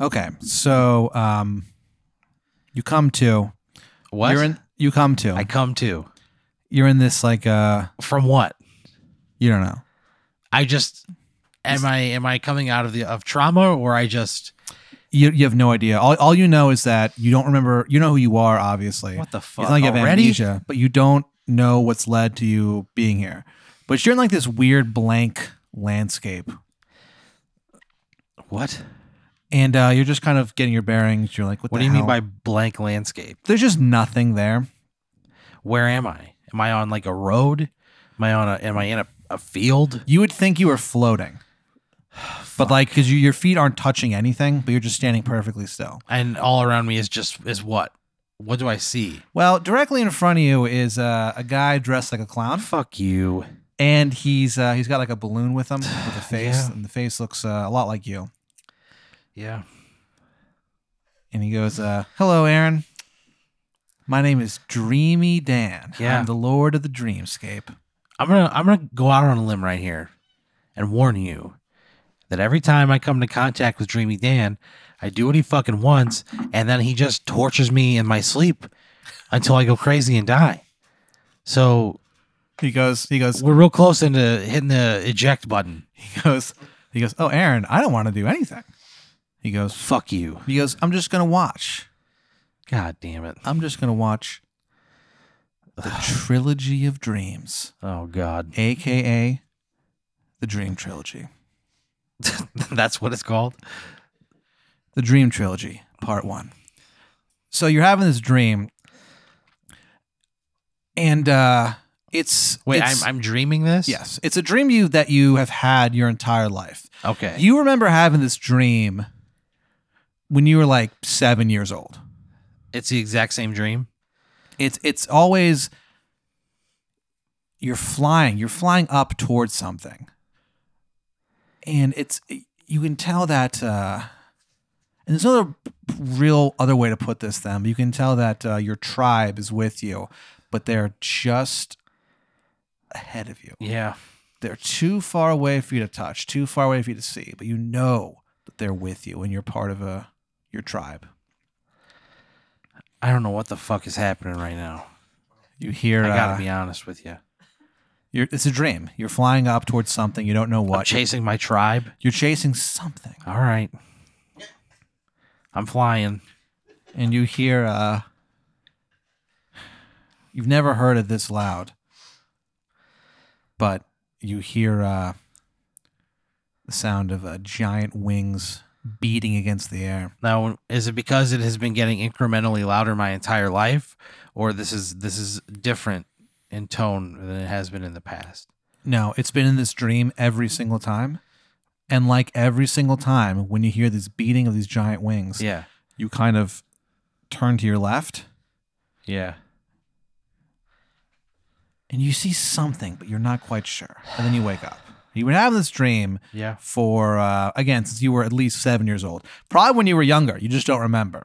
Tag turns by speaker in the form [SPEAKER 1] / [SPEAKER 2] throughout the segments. [SPEAKER 1] Okay, so um, you come to
[SPEAKER 2] What?
[SPEAKER 1] you're in you come to
[SPEAKER 2] I come to.
[SPEAKER 1] you're in this like uh
[SPEAKER 2] From what?
[SPEAKER 1] you don't know
[SPEAKER 2] I just am I am I coming out of the of trauma or I just
[SPEAKER 1] you you have no idea all all you know is that you don't remember you know who you are obviously
[SPEAKER 2] what the fuck
[SPEAKER 1] It's not like you have
[SPEAKER 2] already?
[SPEAKER 1] amnesia, but you don't know what's led to you being here. But you're in like this weird blank landscape,
[SPEAKER 2] What?
[SPEAKER 1] and uh, you're just kind of getting your bearings. You're like, what,
[SPEAKER 2] What
[SPEAKER 1] the
[SPEAKER 2] do you mean
[SPEAKER 1] hell?
[SPEAKER 2] by blank landscape?
[SPEAKER 1] There's just nothing there.
[SPEAKER 2] Where am I? Am I on like a road? Am I on a am I in a, a field?
[SPEAKER 1] You would think you were floating, but like because you, your feet aren't touching anything, but you're just standing perfectly still.
[SPEAKER 2] And all around me is just is what? What do I see?
[SPEAKER 1] Well, directly in front of you is uh, a guy dressed like a clown,
[SPEAKER 2] Fuck you.
[SPEAKER 1] and he's uh, he's got like a balloon with him with a face,
[SPEAKER 2] Yeah.
[SPEAKER 1] and the face looks uh, a lot like you.
[SPEAKER 2] Yeah.
[SPEAKER 1] and he goes, uh, "Hello, Aaron. My name is Dreamy Dan.
[SPEAKER 2] Yeah.
[SPEAKER 1] I'm the Lord of the Dreamscape.
[SPEAKER 2] I'm gonna I'm gonna go out on a limb right here and warn you that every time I come into contact with Dreamy Dan, I do what he fucking wants, and then he just tortures me in my sleep until I go crazy and die. So
[SPEAKER 1] He goes, he goes,
[SPEAKER 2] we're real close into hitting the eject button.
[SPEAKER 1] he goes, he goes. Oh, Aaron, I don't want to do anything. He goes,
[SPEAKER 2] Fuck you.
[SPEAKER 1] he goes. I'm just gonna watch.
[SPEAKER 2] God damn it.
[SPEAKER 1] I'm just gonna watch the trilogy of dreams,
[SPEAKER 2] Oh God.
[SPEAKER 1] aka the Dream Trilogy.
[SPEAKER 2] That's what it's called.
[SPEAKER 1] The Dream Trilogy, Part One. So you're having this dream, and uh, it's
[SPEAKER 2] Wait,
[SPEAKER 1] it's-
[SPEAKER 2] I'm I'm dreaming this?
[SPEAKER 1] Yes, it's a dream you that you have had your entire life.
[SPEAKER 2] Okay.
[SPEAKER 1] You remember having this dream when you were like 7 years old.
[SPEAKER 2] it's the exact same dream.
[SPEAKER 1] It's it's always you're flying, you're flying up towards something. And it's you can tell that uh and there's no other real other way to put this then. but You can tell that uh, your tribe is with you, but they're just ahead of you.
[SPEAKER 2] Yeah.
[SPEAKER 1] they're too far away for you to touch, too far away for you to see, but you know that they're with you and you're part of a your tribe.
[SPEAKER 2] I don't know what the fuck is happening right now.
[SPEAKER 1] You hear
[SPEAKER 2] I gotta
[SPEAKER 1] uh,
[SPEAKER 2] be honest with you.
[SPEAKER 1] you're, it's a dream. You're flying up towards something you don't know
[SPEAKER 2] I'm
[SPEAKER 1] what.
[SPEAKER 2] chasing my tribe.
[SPEAKER 1] you're chasing something,
[SPEAKER 2] All right. I'm flying.
[SPEAKER 1] and you hear uh, you've never heard it this loud, but you hear uh, the sound of uh, giant wings beating against the air.
[SPEAKER 2] Now, is it because it has been getting incrementally louder my entire life, or this is this is different in tone than it has been in the past?
[SPEAKER 1] No, it's been in this dream every single time. And like every single time when you hear this beating of these giant wings,
[SPEAKER 2] Yeah,
[SPEAKER 1] you kind of turn to your left
[SPEAKER 2] yeah.
[SPEAKER 1] and you see something, but you're not quite sure. And then you wake up. You've been having this dream
[SPEAKER 2] Yeah.
[SPEAKER 1] for, uh, again, since you were at least seven years old. Probably when you were younger. You just don't remember.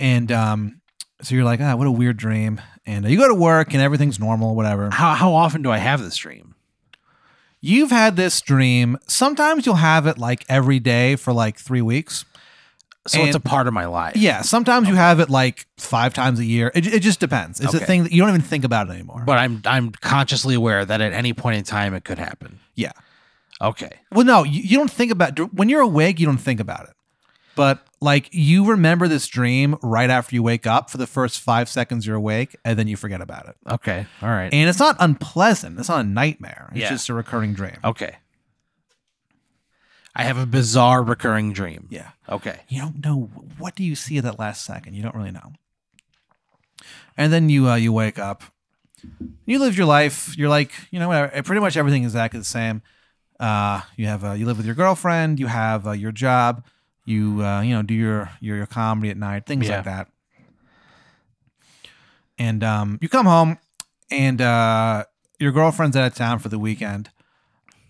[SPEAKER 1] And um, so you're like, ah, what a weird dream. And uh, you go to work and everything's normal, whatever.
[SPEAKER 2] How how often do I have this dream?
[SPEAKER 1] You've had this dream. Sometimes you'll have it like every day for like three weeks.
[SPEAKER 2] So it's a
[SPEAKER 1] And-
[SPEAKER 2] part of my life.
[SPEAKER 1] Yeah. Sometimes you have it like five times a year. It, it just depends. It's a
[SPEAKER 2] Okay.
[SPEAKER 1] thing that you don't even think about it anymore.
[SPEAKER 2] But I'm I'm consciously aware that at any point in time it could happen.
[SPEAKER 1] yeah.
[SPEAKER 2] Okay.
[SPEAKER 1] Well, no, you, you don't think about when you're awake. You don't think about it. But like you remember this dream right after you wake up for the first five seconds you're awake, and then you forget about it.
[SPEAKER 2] Okay. All right.
[SPEAKER 1] And it's not unpleasant. It's not a nightmare. It's
[SPEAKER 2] Yeah. Oh.
[SPEAKER 1] just a recurring dream.
[SPEAKER 2] okay. I have a bizarre recurring dream.
[SPEAKER 1] Yeah.
[SPEAKER 2] Okay.
[SPEAKER 1] you don't know what do you see at that last second you don't really know and then you uh, you wake up you live your life you're like you know whatever pretty much everything is exactly the same uh, you have uh, you live with your girlfriend you have uh, your job you uh, you know do your your, your comedy at night things
[SPEAKER 2] Yeah.
[SPEAKER 1] like that and um, you come home and uh, your girlfriend's out of town for the weekend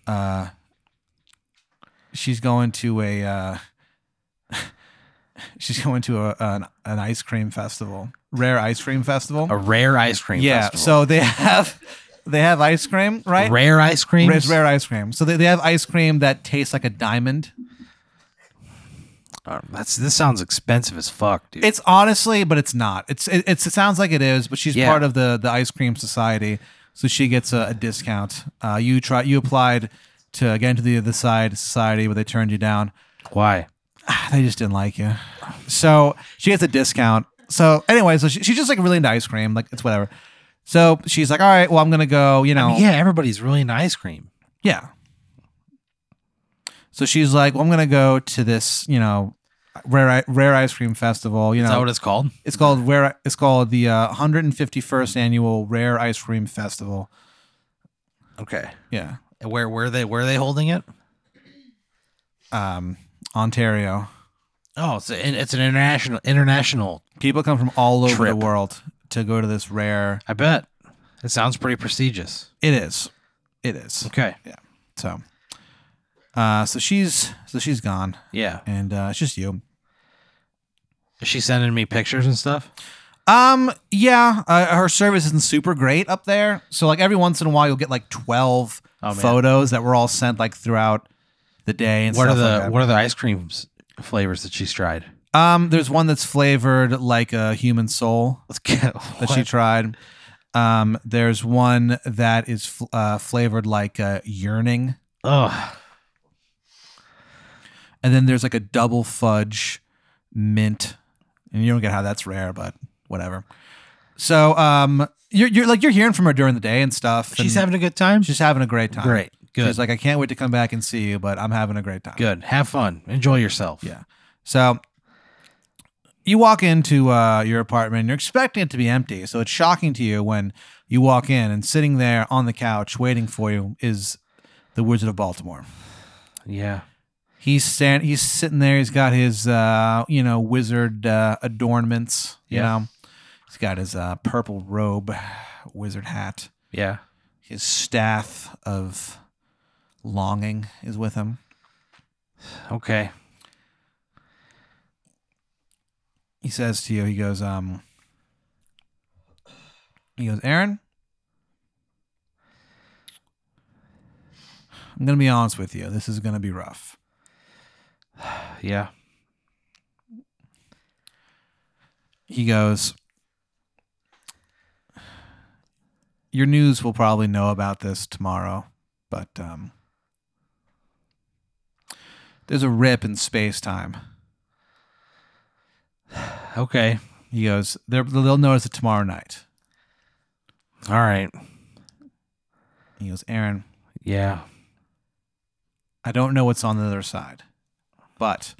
[SPEAKER 1] uh, she's going to a uh, she's going to a, an, an ice cream festival rare ice cream festival
[SPEAKER 2] A rare ice cream.
[SPEAKER 1] yeah
[SPEAKER 2] festival.
[SPEAKER 1] so they have they have ice cream right
[SPEAKER 2] rare ice cream.
[SPEAKER 1] It's rare ice cream so they, they have ice cream that tastes like a diamond
[SPEAKER 2] Uh, That's this sounds expensive as fuck, dude.
[SPEAKER 1] It's honestly, but it's not. It's it, it's it sounds like it is, but she's
[SPEAKER 2] Yeah.
[SPEAKER 1] part of the the ice cream society, so she gets a, a discount. Uh, you try you applied to get into the other side society, but they turned you down. Ah,
[SPEAKER 2] Why?
[SPEAKER 1] They just didn't like you, so she gets a discount. So anyway, so she, she's just like really into ice cream, like it's whatever. So she's like, all right, well I'm gonna go, you know,
[SPEAKER 2] I mean, yeah, everybody's really into ice cream.
[SPEAKER 1] yeah. So she's like, well I'm gonna go to this, you know, rare rare ice cream festival, you
[SPEAKER 2] Is that
[SPEAKER 1] know.
[SPEAKER 2] what it's called?
[SPEAKER 1] It's called where it's called the uh, 151st annual Rare Ice Cream Festival.
[SPEAKER 2] Okay.
[SPEAKER 1] Yeah,
[SPEAKER 2] And Where where they where are they holding it?
[SPEAKER 1] um, Ontario.
[SPEAKER 2] Oh, it's an, it's an international international.
[SPEAKER 1] People come from all over
[SPEAKER 2] Trip.
[SPEAKER 1] the world to go to this rare.
[SPEAKER 2] I bet. It sounds pretty prestigious.
[SPEAKER 1] It is, it is.
[SPEAKER 2] Okay.
[SPEAKER 1] So, uh, so she's so she's gone,
[SPEAKER 2] Yeah.
[SPEAKER 1] and uh, it's just you.
[SPEAKER 2] Is she sending me pictures and stuff?
[SPEAKER 1] Um, yeah, uh, her service isn't super great up there. So like every once in a while, you'll get like 12
[SPEAKER 2] Oh, man.
[SPEAKER 1] photos that were all sent like throughout the day. And
[SPEAKER 2] what are
[SPEAKER 1] stuff like
[SPEAKER 2] the
[SPEAKER 1] that.
[SPEAKER 2] what are the ice creams flavors that she's tried?
[SPEAKER 1] Um, there's one that's flavored like a human soul
[SPEAKER 2] Let's get
[SPEAKER 1] that she tried. Um, there's one that is fl- uh, flavored like uh, yearning,
[SPEAKER 2] Oh,
[SPEAKER 1] and then there's like a double fudge mint, and you don't get how that's rare, but whatever. So um, you're you're like you're hearing from her during the day and stuff.
[SPEAKER 2] she's
[SPEAKER 1] and
[SPEAKER 2] having a good time.
[SPEAKER 1] she's having a great time.
[SPEAKER 2] Great. Good.
[SPEAKER 1] She's like, I can't wait to come back and see you, but I'm having a great time.
[SPEAKER 2] good. Have fun. Enjoy yourself.
[SPEAKER 1] Yeah. So you walk into uh, your apartment and you're expecting it to be empty. So it's shocking to you when you walk in and sitting there on the couch waiting for you is the Wizard of Baltimore.
[SPEAKER 2] Yeah.
[SPEAKER 1] He's stand, he's sitting there. He's got his uh, you know wizard uh, adornments. You
[SPEAKER 2] Yeah.
[SPEAKER 1] know, he's got his uh, purple robe, wizard hat.
[SPEAKER 2] Yeah.
[SPEAKER 1] His staff of longing is with him.
[SPEAKER 2] Okay.
[SPEAKER 1] he says to you, he goes, um, he goes, Aaron, I'm gonna be honest with you. This is gonna be rough.
[SPEAKER 2] Yeah.
[SPEAKER 1] He goes, your news will probably know about this tomorrow, but um, there's a rip in space time.
[SPEAKER 2] Okay.
[SPEAKER 1] He goes, they're- they'll notice it tomorrow night.
[SPEAKER 2] All right.
[SPEAKER 1] He goes, Aaron,
[SPEAKER 2] Yeah.
[SPEAKER 1] I don't know what's on the other side, but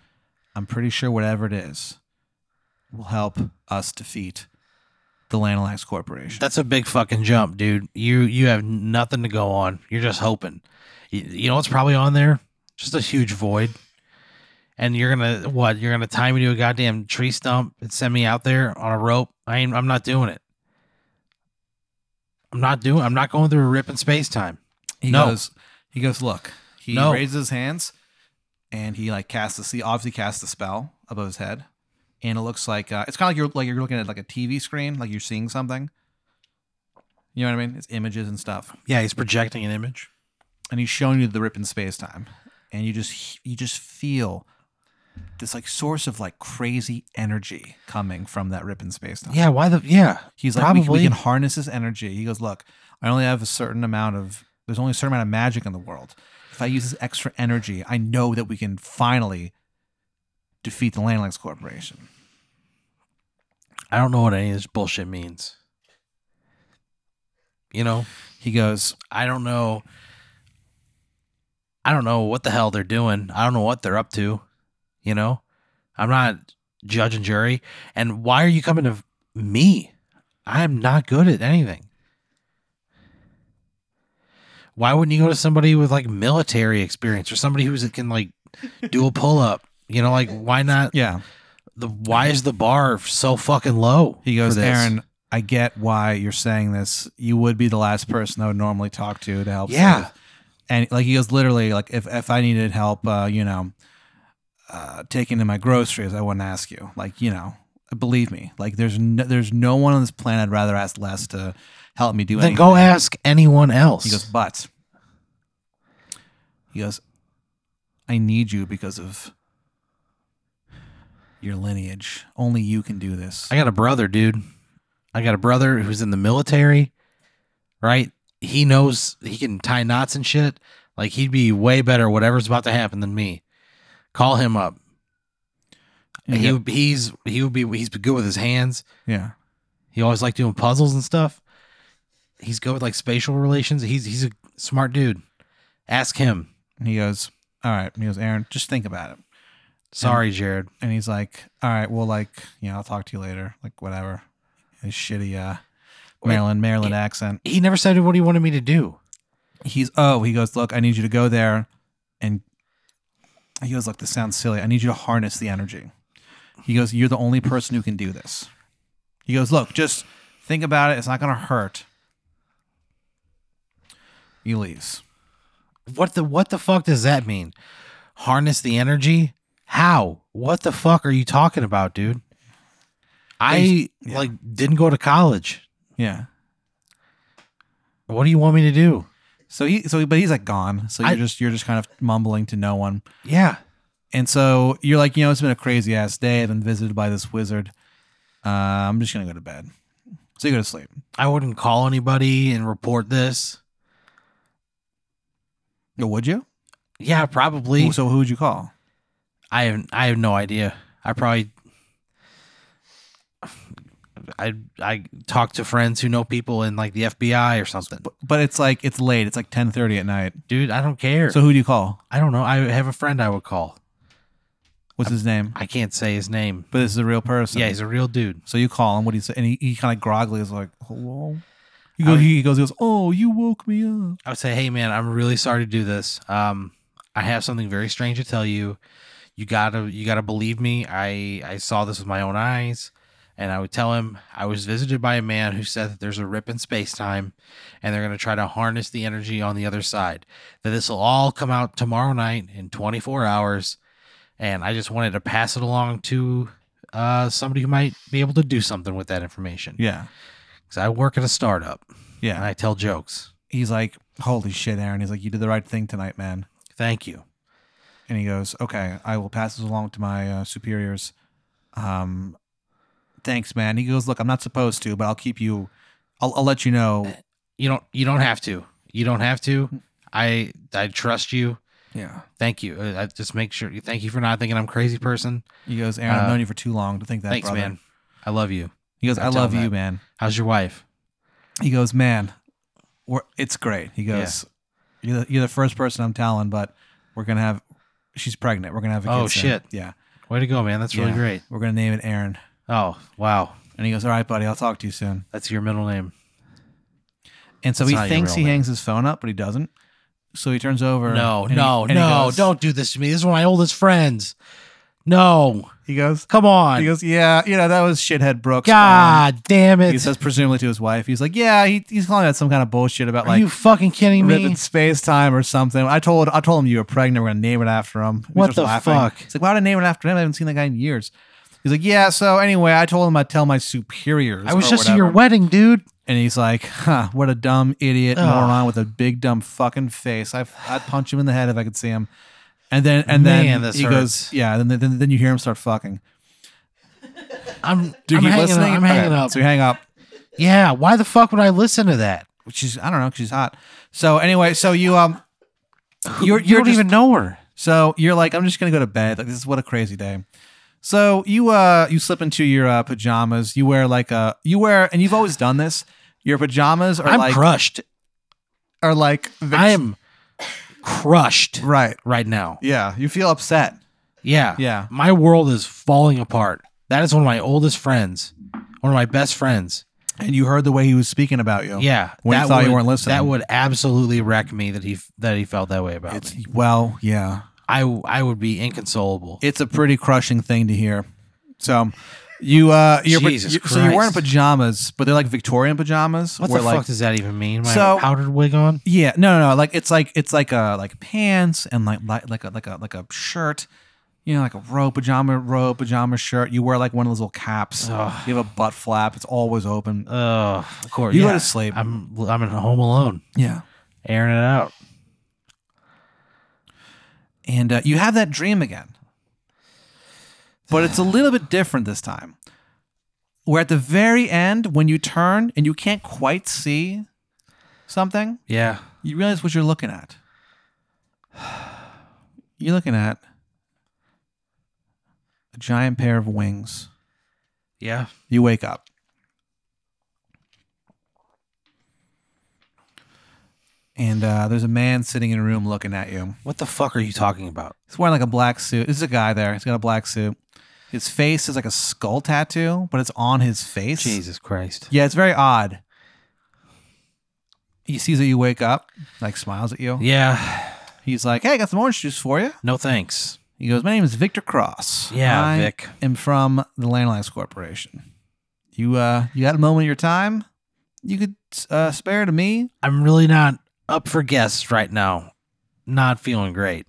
[SPEAKER 1] I'm pretty sure whatever it is will help us defeat the Lanalax Corporation.
[SPEAKER 2] That's a big fucking jump, dude. You you have nothing to go on. You're just hoping. You, you know what's probably on there? Just a huge void. And you're gonna what? You're gonna tie me to a goddamn tree stump and send me out there on a rope? I ain't, I'm not doing it. I'm not doing. I'm not going through a rip in space time.
[SPEAKER 1] he
[SPEAKER 2] no.
[SPEAKER 1] goes, he goes, look. He
[SPEAKER 2] No.
[SPEAKER 1] raises his hands and he like casts the he obviously casts the spell above his head. And it looks like uh, it's kind of like you're like you're looking at like a TV screen, like you're seeing something. You know what I mean? It's images and stuff.
[SPEAKER 2] Yeah, he's projecting an image.
[SPEAKER 1] and he's showing you the rip in space time, and you just you just feel this like source of like crazy energy coming from that rip in space time.
[SPEAKER 2] Yeah. Why the? Yeah.
[SPEAKER 1] he's like we, we
[SPEAKER 2] probably.
[SPEAKER 1] can harness this energy. He goes, look, I only have a certain amount of there's only a certain amount of magic in the world. If I use this extra energy, I know that we can finally defeat the Landlines Corporation.
[SPEAKER 2] I don't know what any of this bullshit means. You know.
[SPEAKER 1] He goes,
[SPEAKER 2] I don't know. I don't know what the hell they're doing. I don't know what they're up to. You know, I'm not judge and jury. And why are you coming to me? I'm not good at anything. Why wouldn't you go to somebody with like military experience or somebody who's can like do a pull up? You know, like why not?
[SPEAKER 1] yeah.
[SPEAKER 2] The why is the bar so fucking low?
[SPEAKER 1] He
[SPEAKER 2] for
[SPEAKER 1] goes,
[SPEAKER 2] this?
[SPEAKER 1] Aaron, I get why you're saying this. You would be the last person I would normally talk to to help.
[SPEAKER 2] Yeah.
[SPEAKER 1] save." And like he goes, literally, like if, if I needed help, uh, you know, uh, taking in my groceries, I wouldn't ask you. Like, you know, believe me, like there's no, there's no one on this planet I'd rather ask less to help me do
[SPEAKER 2] Then
[SPEAKER 1] anything.
[SPEAKER 2] go ask anyone else.
[SPEAKER 1] He goes, but he goes, I need you because of your lineage. Only you can do this.
[SPEAKER 2] I got a brother, dude. I got a brother who's in the military, right? He knows he can tie knots and shit. Like he'd be way better at whatever's about to happen than me. Call him up.
[SPEAKER 1] And
[SPEAKER 2] He
[SPEAKER 1] yet-
[SPEAKER 2] would, he's he would be he's good with his hands.
[SPEAKER 1] yeah.
[SPEAKER 2] He always liked doing puzzles and stuff. He's good with like spatial relations. He's he's a smart dude. Ask him.
[SPEAKER 1] And he goes, All right. And he goes, Aaron, just think about it.
[SPEAKER 2] Sorry, Jared.
[SPEAKER 1] And he's like, All right, well, like, you know, I'll talk to you later. Like, whatever. His shitty uh,
[SPEAKER 2] Wait,
[SPEAKER 1] Maryland, Maryland accent.
[SPEAKER 2] He never said what he wanted me to do.
[SPEAKER 1] He's, Oh, he goes, Look, I need you to go there. And he goes, Look, this sounds silly. I need you to harness the energy. He goes, You're the only person who can do this. He goes, Look, just think about it. It's not going to hurt. He leaves.
[SPEAKER 2] What the what the fuck does that mean? Harness the energy? How? What the fuck are you talking about, dude? I
[SPEAKER 1] Yeah.
[SPEAKER 2] like didn't go to college.
[SPEAKER 1] Yeah.
[SPEAKER 2] What do you want me to do?
[SPEAKER 1] So he so but he's like gone. So you're
[SPEAKER 2] I-
[SPEAKER 1] just you're just kind of mumbling to no one.
[SPEAKER 2] Yeah.
[SPEAKER 1] And so you're like, you know, it's been a crazy ass day. I've been visited by this wizard. Uh, I'm just gonna go to bed. So you go to sleep.
[SPEAKER 2] I wouldn't call anybody and report this.
[SPEAKER 1] Yo, would you?
[SPEAKER 2] Yeah, probably.
[SPEAKER 1] Who- So who would you call?
[SPEAKER 2] I have I have no idea. I probably I I talk to friends who know people in like the FBI or something.
[SPEAKER 1] But, but it's like it's late. It's like 10:30 at night.
[SPEAKER 2] Dude, I don't care.
[SPEAKER 1] So who do you call?
[SPEAKER 2] I don't know. I have a friend I would call.
[SPEAKER 1] What's his name?
[SPEAKER 2] I can't say his name.
[SPEAKER 1] But this is a real person.
[SPEAKER 2] Yeah, he's a real dude.
[SPEAKER 1] so you call him. What do you say? And he, he kind of groggily is like, hello. He
[SPEAKER 2] I
[SPEAKER 1] goes.
[SPEAKER 2] would-
[SPEAKER 1] he goes. He goes. Oh, you woke me up.
[SPEAKER 2] I would say, "Hey man, I'm really sorry to do this. Um I have something very strange to tell you. You got to you got to believe me. I I saw this with my own eyes." And I would tell him I was visited by a man who said that there's a rip in space-time and they're going to try to harness the energy on the other side. That this will all come out tomorrow night in 24 hours and I just wanted to pass it along to uh, somebody who might be able to do something with that information.
[SPEAKER 1] Yeah.
[SPEAKER 2] Cuz I work at a startup
[SPEAKER 1] Yeah.
[SPEAKER 2] and I tell jokes.
[SPEAKER 1] He's like, holy shit, Aaron. He's like, you did the right thing tonight, man.
[SPEAKER 2] Thank you.
[SPEAKER 1] and he goes, "Okay, I will pass this along to my uh, superiors." Um, thanks, man. He goes, "Look, I'm not supposed to, but I'll keep you. I'll, I'll let you know."
[SPEAKER 2] you don't you don't have to you don't have to
[SPEAKER 1] Mm-hmm.
[SPEAKER 2] i i trust you
[SPEAKER 1] Yeah.
[SPEAKER 2] thank you Uh, I just make sure thank you for not thinking i'm a crazy person
[SPEAKER 1] He goes, "Aaron, I've
[SPEAKER 2] Uh,
[SPEAKER 1] known you for too long to think that."
[SPEAKER 2] thanks
[SPEAKER 1] brother."
[SPEAKER 2] man i love you
[SPEAKER 1] He goes,
[SPEAKER 2] I
[SPEAKER 1] "I
[SPEAKER 2] tell
[SPEAKER 1] love
[SPEAKER 2] him
[SPEAKER 1] you,
[SPEAKER 2] that.
[SPEAKER 1] man."
[SPEAKER 2] how's your wife
[SPEAKER 1] He goes, "Man, we're it's great." He goes, "You're the, you're the first person I'm telling, but we're gonna have. She's pregnant. We're gonna have a kid.
[SPEAKER 2] Oh,
[SPEAKER 1] soon."
[SPEAKER 2] shit.
[SPEAKER 1] Yeah,
[SPEAKER 2] way to go man that's really
[SPEAKER 1] Yeah.
[SPEAKER 2] great
[SPEAKER 1] we're gonna name it Aaron."
[SPEAKER 2] oh wow
[SPEAKER 1] And he goes, "All right, buddy, I'll talk to you soon."
[SPEAKER 2] that's your middle name
[SPEAKER 1] And so
[SPEAKER 2] That's not
[SPEAKER 1] he
[SPEAKER 2] your
[SPEAKER 1] thinks
[SPEAKER 2] real
[SPEAKER 1] he
[SPEAKER 2] name.
[SPEAKER 1] hangs his phone up, but he doesn't. So he turns over.
[SPEAKER 2] no
[SPEAKER 1] and he-
[SPEAKER 2] no
[SPEAKER 1] and he
[SPEAKER 2] no
[SPEAKER 1] goes-
[SPEAKER 2] don't do this to me this is one of my oldest friends no
[SPEAKER 1] He goes.
[SPEAKER 2] come on
[SPEAKER 1] He goes. Yeah, you know that was shithead Brooks. um,
[SPEAKER 2] god damn
[SPEAKER 1] he
[SPEAKER 2] it
[SPEAKER 1] says presumably to his wife. He's like, yeah, he, he's calling out some kind of bullshit about
[SPEAKER 2] are
[SPEAKER 1] like
[SPEAKER 2] you fucking kidding me
[SPEAKER 1] ripping space time or something. I told I told him you were pregnant. We're gonna name it after him. He
[SPEAKER 2] What
[SPEAKER 1] starts
[SPEAKER 2] the fuck?
[SPEAKER 1] He's like, why would I name it after him? I haven't seen that guy in years. He's like, yeah. So anyway, I told him I'd tell my superiors.
[SPEAKER 2] i was
[SPEAKER 1] or
[SPEAKER 2] just at your
[SPEAKER 1] whatever."
[SPEAKER 2] wedding dude
[SPEAKER 1] And he's like, huh, what a dumb idiot
[SPEAKER 2] Ugh.
[SPEAKER 1] moron with a big dumb fucking face. I, I'd punch him in the head if I could see him. And then and
[SPEAKER 2] Man,
[SPEAKER 1] then
[SPEAKER 2] this
[SPEAKER 1] he
[SPEAKER 2] hurts.
[SPEAKER 1] goes, yeah. Then, then then you hear him start fucking.
[SPEAKER 2] i'm,
[SPEAKER 1] Do you keep
[SPEAKER 2] I'm hanging
[SPEAKER 1] listening?
[SPEAKER 2] up i'm
[SPEAKER 1] Okay,
[SPEAKER 2] hanging up
[SPEAKER 1] So you hang up.
[SPEAKER 2] yeah why the fuck would i listen to that
[SPEAKER 1] she's I don't know, 'cause she's hot. So anyway, so you um you're
[SPEAKER 2] you
[SPEAKER 1] you're
[SPEAKER 2] don't
[SPEAKER 1] just,
[SPEAKER 2] even know her
[SPEAKER 1] so you're like, I'm just gonna go to bed. Like this is what a crazy day. So you uh you slip into your uh, pajamas, you wear like a you wear and you've always done this. Your pajamas are
[SPEAKER 2] I'm
[SPEAKER 1] like
[SPEAKER 2] crushed.
[SPEAKER 1] are like vic-
[SPEAKER 2] I am crushed
[SPEAKER 1] right.
[SPEAKER 2] right now.
[SPEAKER 1] Yeah. You feel upset.
[SPEAKER 2] Yeah.
[SPEAKER 1] Yeah.
[SPEAKER 2] My world is falling apart. That is one of my oldest friends, one of my best friends.
[SPEAKER 1] And you heard the way he was speaking about you.
[SPEAKER 2] Yeah.
[SPEAKER 1] When he thought
[SPEAKER 2] would,
[SPEAKER 1] you weren't listening.
[SPEAKER 2] That would absolutely wreck me that he that he felt that way about
[SPEAKER 1] It's
[SPEAKER 2] me.
[SPEAKER 1] well, yeah.
[SPEAKER 2] I I would be inconsolable.
[SPEAKER 1] It's a pretty crushing thing to hear. So you uh you're, pa-
[SPEAKER 2] Jesus
[SPEAKER 1] you- so you're wearing
[SPEAKER 2] Christ.
[SPEAKER 1] pajamas, but they're like Victorian pajamas.
[SPEAKER 2] what the
[SPEAKER 1] where, like,
[SPEAKER 2] fuck does that even mean? My
[SPEAKER 1] So-
[SPEAKER 2] powdered wig on?
[SPEAKER 1] Yeah, no, no, no. Like it's like it's like a like pants and like like like a like a like a shirt, you know, like a robe pajama robe pajama shirt. You wear like one of those little caps.
[SPEAKER 2] Ugh.
[SPEAKER 1] You have a butt flap. It's always open.
[SPEAKER 2] Uh, of course.
[SPEAKER 1] You
[SPEAKER 2] yeah.
[SPEAKER 1] go to sleep.
[SPEAKER 2] I'm I'm at home alone,
[SPEAKER 1] yeah,
[SPEAKER 2] airing it out.
[SPEAKER 1] and uh, you have that dream again. but it's a little bit different this time. Where at the very end, when you turn and you can't quite see something,
[SPEAKER 2] Yeah.
[SPEAKER 1] you realize what you're looking at. You're looking at a giant pair of wings.
[SPEAKER 2] Yeah.
[SPEAKER 1] You wake up. And uh, there's a man sitting in a room looking at you.
[SPEAKER 2] What the fuck are you talking about?
[SPEAKER 1] He's wearing like a black suit. This is a guy there. He's got a black suit. His face is like a skull tattoo, but it's on his face.
[SPEAKER 2] Jesus Christ.
[SPEAKER 1] Yeah, it's very odd. He sees that you wake up, like smiles at you.
[SPEAKER 2] Yeah.
[SPEAKER 1] He's like, "Hey, I got some orange juice for you."
[SPEAKER 2] No thanks.
[SPEAKER 1] He goes, "My name is Victor Cross.
[SPEAKER 2] Yeah,
[SPEAKER 1] I
[SPEAKER 2] Vic.
[SPEAKER 1] am from the Landlines Corporation. You uh, you got a moment of your time? You could uh, spare to me?
[SPEAKER 2] I'm really not up for guests right now. Not feeling great.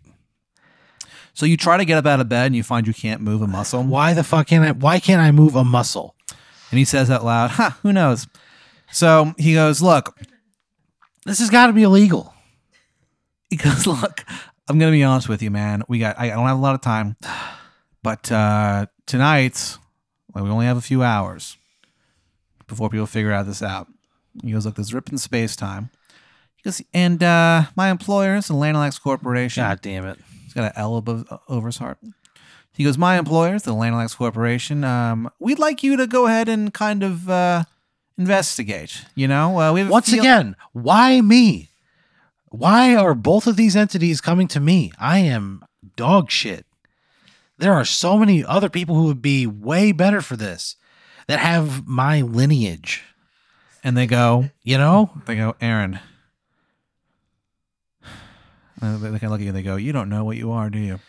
[SPEAKER 1] So you try to get up out of bed, and you find you can't move a muscle.
[SPEAKER 2] Why the fuck can't I? Why can't I move a muscle?
[SPEAKER 1] And he says out loud, huh, who knows? So he goes, look,
[SPEAKER 2] This has got to be illegal.
[SPEAKER 1] he goes, look, I'm going to be honest with you, man. We got, I I don't have a lot of time, but uh, tonight, well, we only have a few hours before people figure out this out. He goes, look, there's rip in space time. He goes, and uh, my employer is the Lanalax Corporation.
[SPEAKER 2] God damn it.
[SPEAKER 1] He's got an L above, over his heart. He goes, My employers, the Landlax Corporation, um, we'd like you to go ahead and kind of uh, investigate. You know, uh, we have a
[SPEAKER 2] Once
[SPEAKER 1] feel-
[SPEAKER 2] again, why me? Why are both of these entities coming to me? I am dog shit. There are so many other people who would be way better for this that have my lineage.
[SPEAKER 1] And they go,
[SPEAKER 2] You know?
[SPEAKER 1] They go, Aaron. And They they kind of look at you and they go, You don't know what you are, do you?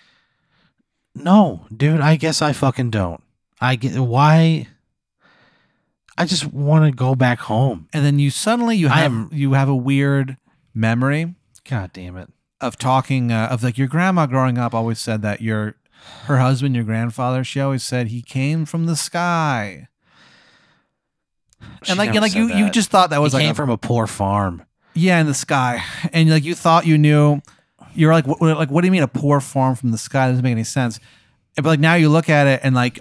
[SPEAKER 2] No, dude, I guess I fucking don't. I get why I just want to go back home.
[SPEAKER 1] And then you suddenly you
[SPEAKER 2] I
[SPEAKER 1] have
[SPEAKER 2] am-
[SPEAKER 1] you have a weird memory
[SPEAKER 2] God damn it.
[SPEAKER 1] of talking uh, of like your grandma growing up always said that your her husband, your grandfather, she always said he came from the sky.
[SPEAKER 2] She
[SPEAKER 1] and like,
[SPEAKER 2] never
[SPEAKER 1] and like
[SPEAKER 2] said
[SPEAKER 1] you, you
[SPEAKER 2] that.
[SPEAKER 1] just thought that
[SPEAKER 2] He
[SPEAKER 1] was like
[SPEAKER 2] came
[SPEAKER 1] a-
[SPEAKER 2] from a poor farm.
[SPEAKER 1] yeah in the sky, and like you thought you knew. You're like, what, like, what do you mean a poor farm from the sky? doesn't make any sense. But like now you look at it and like,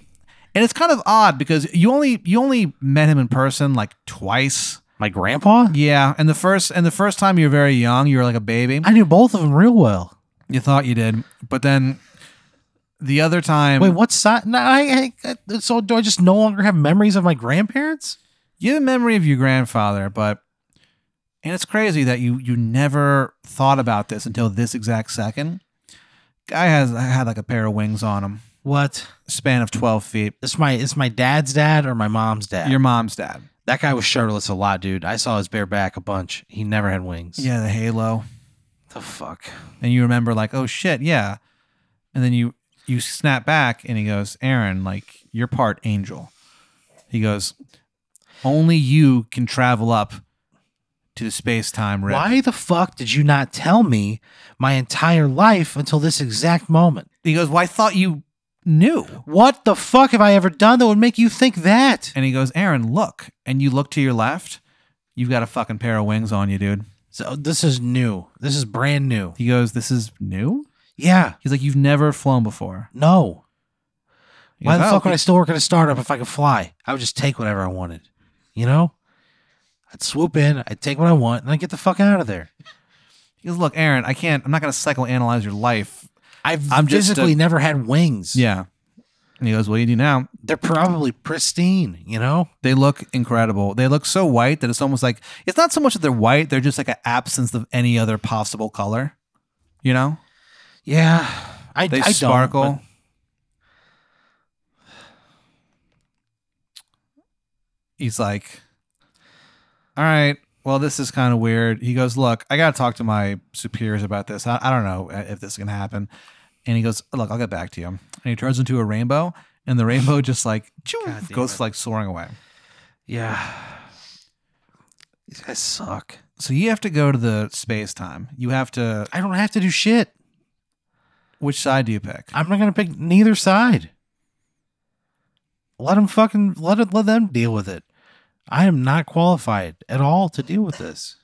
[SPEAKER 1] and it's kind of odd because you only you only met him in person like twice.
[SPEAKER 2] My grandpa?
[SPEAKER 1] Yeah, and the first and the first time you were very young, you were like a baby.
[SPEAKER 2] I knew both of them real well.
[SPEAKER 1] You thought you did, but then the other time,
[SPEAKER 2] Wait, what side? No, I, I, I- so do I just no longer have memories of my grandparents?
[SPEAKER 1] you have a memory of your grandfather, but and it's crazy that you you never thought about this until this exact second. Guy has had like a pair of wings on him,
[SPEAKER 2] What?
[SPEAKER 1] span of twelve feet.
[SPEAKER 2] It's my it's my dad's dad or my mom's dad.
[SPEAKER 1] Your mom's dad.
[SPEAKER 2] that guy was shirtless a lot, dude. I saw his bare back a bunch. He never had wings.
[SPEAKER 1] Yeah, the halo,
[SPEAKER 2] The fuck.
[SPEAKER 1] and you remember like, oh shit, yeah, and then you you snap back, and he goes, Aaron, like you're part angel. He goes, only you can travel up to the space time rip.
[SPEAKER 2] Why the fuck did you not tell me my entire life until this exact moment?
[SPEAKER 1] He goes, well, I thought you knew.
[SPEAKER 2] What the fuck have I ever done that would make you think that?
[SPEAKER 1] And he goes, Aaron, look. And you look to your left. You've got a fucking pair of wings on you, dude.
[SPEAKER 2] So this is new. This is brand new.
[SPEAKER 1] He goes, This is new?
[SPEAKER 2] Yeah.
[SPEAKER 1] He's like, You've never flown before.
[SPEAKER 2] No.
[SPEAKER 1] He
[SPEAKER 2] Why the
[SPEAKER 1] goes, "Oh,
[SPEAKER 2] fuck would I still work at a startup if I could fly? I would just take whatever I wanted. You know? I'd swoop in, I'd take what I want, and I'd get the fuck out of there.
[SPEAKER 1] He goes, Look, Aaron, I can't, I'm not going to psychoanalyze your life.
[SPEAKER 2] I've
[SPEAKER 1] I'm just
[SPEAKER 2] physically
[SPEAKER 1] a-
[SPEAKER 2] never had wings.
[SPEAKER 1] Yeah. And he goes, What do you do now?
[SPEAKER 2] They're probably pristine, you know?
[SPEAKER 1] They look incredible. They look so white that it's almost like, it's not so much that they're white, they're just like an absence of any other possible color. You know?
[SPEAKER 2] Yeah. I,
[SPEAKER 1] They
[SPEAKER 2] I
[SPEAKER 1] sparkle.
[SPEAKER 2] Don't,
[SPEAKER 1] He's like, all right, well, this is kind of weird. He goes, look, I got to talk to my superiors about this. I, I don't know uh, if this is going to happen. And he goes, look, I'll get back to you. And he turns into a rainbow, and the rainbow just like choo,
[SPEAKER 2] God damn
[SPEAKER 1] goes
[SPEAKER 2] it.
[SPEAKER 1] like soaring away.
[SPEAKER 2] but- yeah. These guys suck.
[SPEAKER 1] So you have to go to the space time. You have to.
[SPEAKER 2] I don't have to do shit.
[SPEAKER 1] Which side do you pick?
[SPEAKER 2] I'm not gonna pick neither side. Let them fucking let it, let them deal with it. I am not qualified at all to deal with this.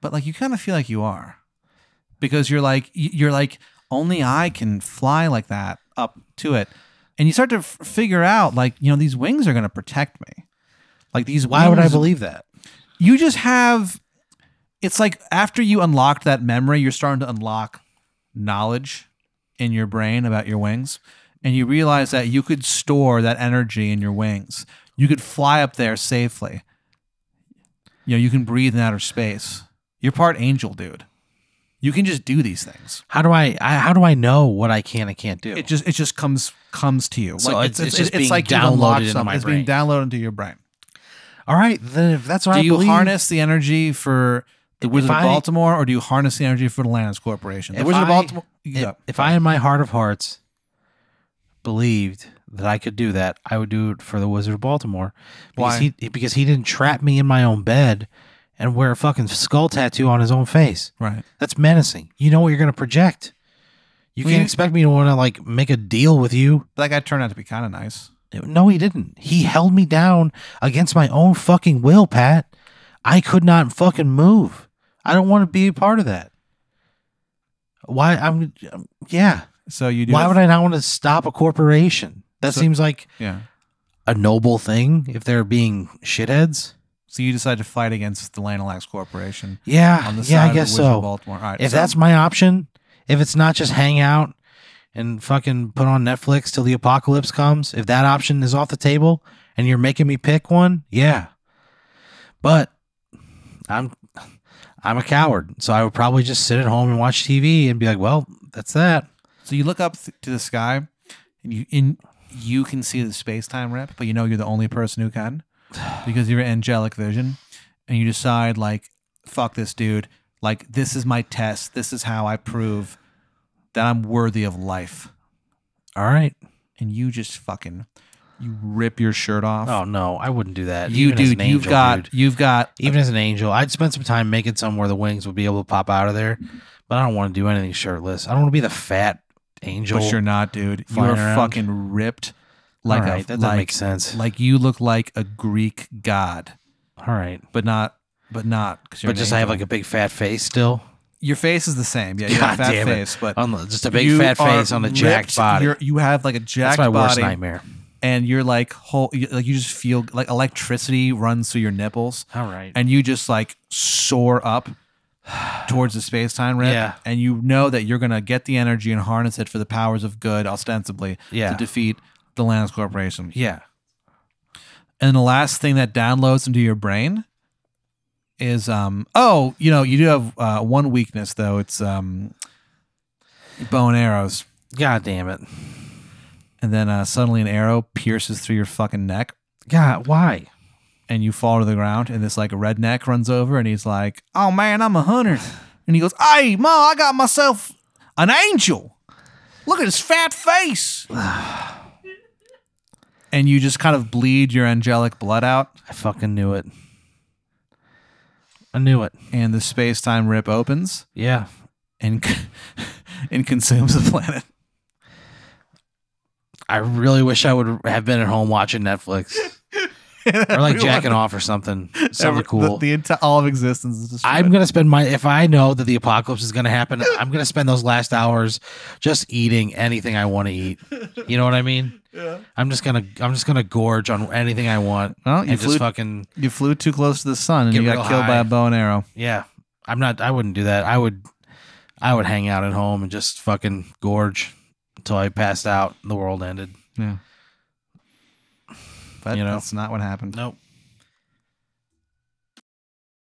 [SPEAKER 1] But like, you kind of feel like you are, because you're like, you're like, only I can fly like that up to it. and you start to f- figure out like you know these wings are going to protect me like these
[SPEAKER 2] Why would I
[SPEAKER 1] wings-
[SPEAKER 2] believe that?
[SPEAKER 1] you just have it's like after you unlocked that memory you're starting to unlock knowledge in your brain about your wings and you realize that you could store that energy in your wings you could fly up there safely you know you can breathe in outer space you're part angel dude you can just do these things
[SPEAKER 2] How do I, I how do I know what I can and can't do?
[SPEAKER 1] it just it just comes comes to you
[SPEAKER 2] So it's- it's just being
[SPEAKER 1] you've unlocked
[SPEAKER 2] downloaded into
[SPEAKER 1] something.
[SPEAKER 2] my
[SPEAKER 1] it's being
[SPEAKER 2] brain.
[SPEAKER 1] downloaded into your brain
[SPEAKER 2] All right, then if that's what
[SPEAKER 1] do
[SPEAKER 2] I
[SPEAKER 1] you
[SPEAKER 2] believe,
[SPEAKER 1] harness the energy for the
[SPEAKER 2] If
[SPEAKER 1] Wizard
[SPEAKER 2] I-
[SPEAKER 1] of Baltimore, or do you harness the energy for the Lands Corporation? The
[SPEAKER 2] If
[SPEAKER 1] Wizard of
[SPEAKER 2] I-
[SPEAKER 1] Baltimore.
[SPEAKER 2] if,
[SPEAKER 1] Yeah.
[SPEAKER 2] if I in my heart of hearts believed that I could do that, I would do it for the Wizard of Baltimore. Because
[SPEAKER 1] Why?
[SPEAKER 2] he because he didn't trap me in my own bed and wear a fucking skull tattoo on his own face.
[SPEAKER 1] right.
[SPEAKER 2] That's menacing. You know what you're gonna project. You
[SPEAKER 1] Well,
[SPEAKER 2] can't
[SPEAKER 1] you-
[SPEAKER 2] expect me to want to like make a deal with you.
[SPEAKER 1] That guy turned out to be kind of nice.
[SPEAKER 2] No, he didn't. He held me down against my own fucking will, Pat. I could not fucking move. I don't want to be a part of that. Why? I'm, um, yeah.
[SPEAKER 1] So you do.
[SPEAKER 2] Why would I not want to stop a corporation? That
[SPEAKER 1] So-
[SPEAKER 2] seems like
[SPEAKER 1] Yeah.
[SPEAKER 2] a noble thing if they're being shitheads.
[SPEAKER 1] So you decide to fight against the Lanalax Corporation
[SPEAKER 2] Yeah.
[SPEAKER 1] on the side
[SPEAKER 2] yeah, I
[SPEAKER 1] of
[SPEAKER 2] guess
[SPEAKER 1] the Wizard of
[SPEAKER 2] so.
[SPEAKER 1] Baltimore. All right.
[SPEAKER 2] If
[SPEAKER 1] so-
[SPEAKER 2] that's my option, if it's not just hang out and fucking put on Netflix till the apocalypse comes, if that option is off the table and you're making me pick one, yeah. But I'm I'm a coward, so I would probably just sit at home and watch TV and be like, "Well, that's that."
[SPEAKER 1] so you look up th- to the sky, and you in you can see the space time rip, but you know you're the only person who can because you're angelic vision, and you decide like, fuck this dude. Like this is my test. This is how I prove that I'm worthy of life.
[SPEAKER 2] All right.
[SPEAKER 1] and you just fucking you rip your shirt off.
[SPEAKER 2] Oh no, I wouldn't do that.
[SPEAKER 1] you
[SPEAKER 2] Even as
[SPEAKER 1] dude,
[SPEAKER 2] an
[SPEAKER 1] you've
[SPEAKER 2] angel,
[SPEAKER 1] got
[SPEAKER 2] dude.
[SPEAKER 1] you've got
[SPEAKER 2] even as an angel, I'd spend some time making some where the wings would be able to pop out of there. But I don't want to do anything shirtless. I don't want to be the fat angel.
[SPEAKER 1] but you're not, dude. You're
[SPEAKER 2] flying around.
[SPEAKER 1] fucking ripped like
[SPEAKER 2] All right,
[SPEAKER 1] a
[SPEAKER 2] that doesn't
[SPEAKER 1] like,
[SPEAKER 2] make sense.
[SPEAKER 1] like you look like a Greek god,
[SPEAKER 2] All right,
[SPEAKER 1] but not but not because you're
[SPEAKER 2] but just I have like a big fat face still.
[SPEAKER 1] your face is the same. Yeah, you have a
[SPEAKER 2] God
[SPEAKER 1] fat
[SPEAKER 2] damn it.
[SPEAKER 1] face, but
[SPEAKER 2] On the, just a big
[SPEAKER 1] you
[SPEAKER 2] fat
[SPEAKER 1] are
[SPEAKER 2] face on a jacked
[SPEAKER 1] ripped.
[SPEAKER 2] body.
[SPEAKER 1] You're, you have like a
[SPEAKER 2] That's
[SPEAKER 1] jacked
[SPEAKER 2] my worst
[SPEAKER 1] body,
[SPEAKER 2] nightmare.
[SPEAKER 1] and you're like whole. You, like you just feel like electricity runs through your nipples.
[SPEAKER 2] All right.
[SPEAKER 1] and you just like soar up towards the space time rip,
[SPEAKER 2] Yeah.
[SPEAKER 1] and you know that you're gonna get the energy and harness it for the powers of good, ostensibly,
[SPEAKER 2] Yeah.
[SPEAKER 1] to defeat the Lannis Corporation.
[SPEAKER 2] yeah.
[SPEAKER 1] And the last thing that downloads into your brain is, um, oh, you know, you do have uh, one weakness though. It's um, bow and arrows,
[SPEAKER 2] God damn it.
[SPEAKER 1] and then uh, suddenly an arrow pierces through your fucking neck.
[SPEAKER 2] God, why?
[SPEAKER 1] and you fall to the ground and this like redneck runs over and he's like oh man i'm a hunter and he goes hey ma i got myself an angel look at his fat face and you just kind of bleed your angelic blood out
[SPEAKER 2] I fucking knew it. I knew it.
[SPEAKER 1] and the space-time rip opens
[SPEAKER 2] Yeah.
[SPEAKER 1] and and consumes the planet
[SPEAKER 2] I really wish I would have been at home watching Netflix or like jacking off or something. Something
[SPEAKER 1] Every-
[SPEAKER 2] cool.
[SPEAKER 1] the, the entire all of existence is destroyed
[SPEAKER 2] I'm gonna spend my if I know that the apocalypse is gonna happen, I'm gonna spend those last hours just eating anything I want to eat. You know what I mean?
[SPEAKER 1] Yeah.
[SPEAKER 2] I'm just gonna I'm just gonna gorge on anything I want
[SPEAKER 1] well you
[SPEAKER 2] and
[SPEAKER 1] flew,
[SPEAKER 2] just fucking
[SPEAKER 1] you flew too close to the sun and
[SPEAKER 2] Get
[SPEAKER 1] you
[SPEAKER 2] real
[SPEAKER 1] got killed by
[SPEAKER 2] high.
[SPEAKER 1] a bow and arrow
[SPEAKER 2] yeah. I'm not. I wouldn't do that. I would I would hang out at home and just fucking gorge until I passed out. and The world ended.
[SPEAKER 1] yeah but
[SPEAKER 2] You know.
[SPEAKER 1] that's not what happened
[SPEAKER 2] Nope.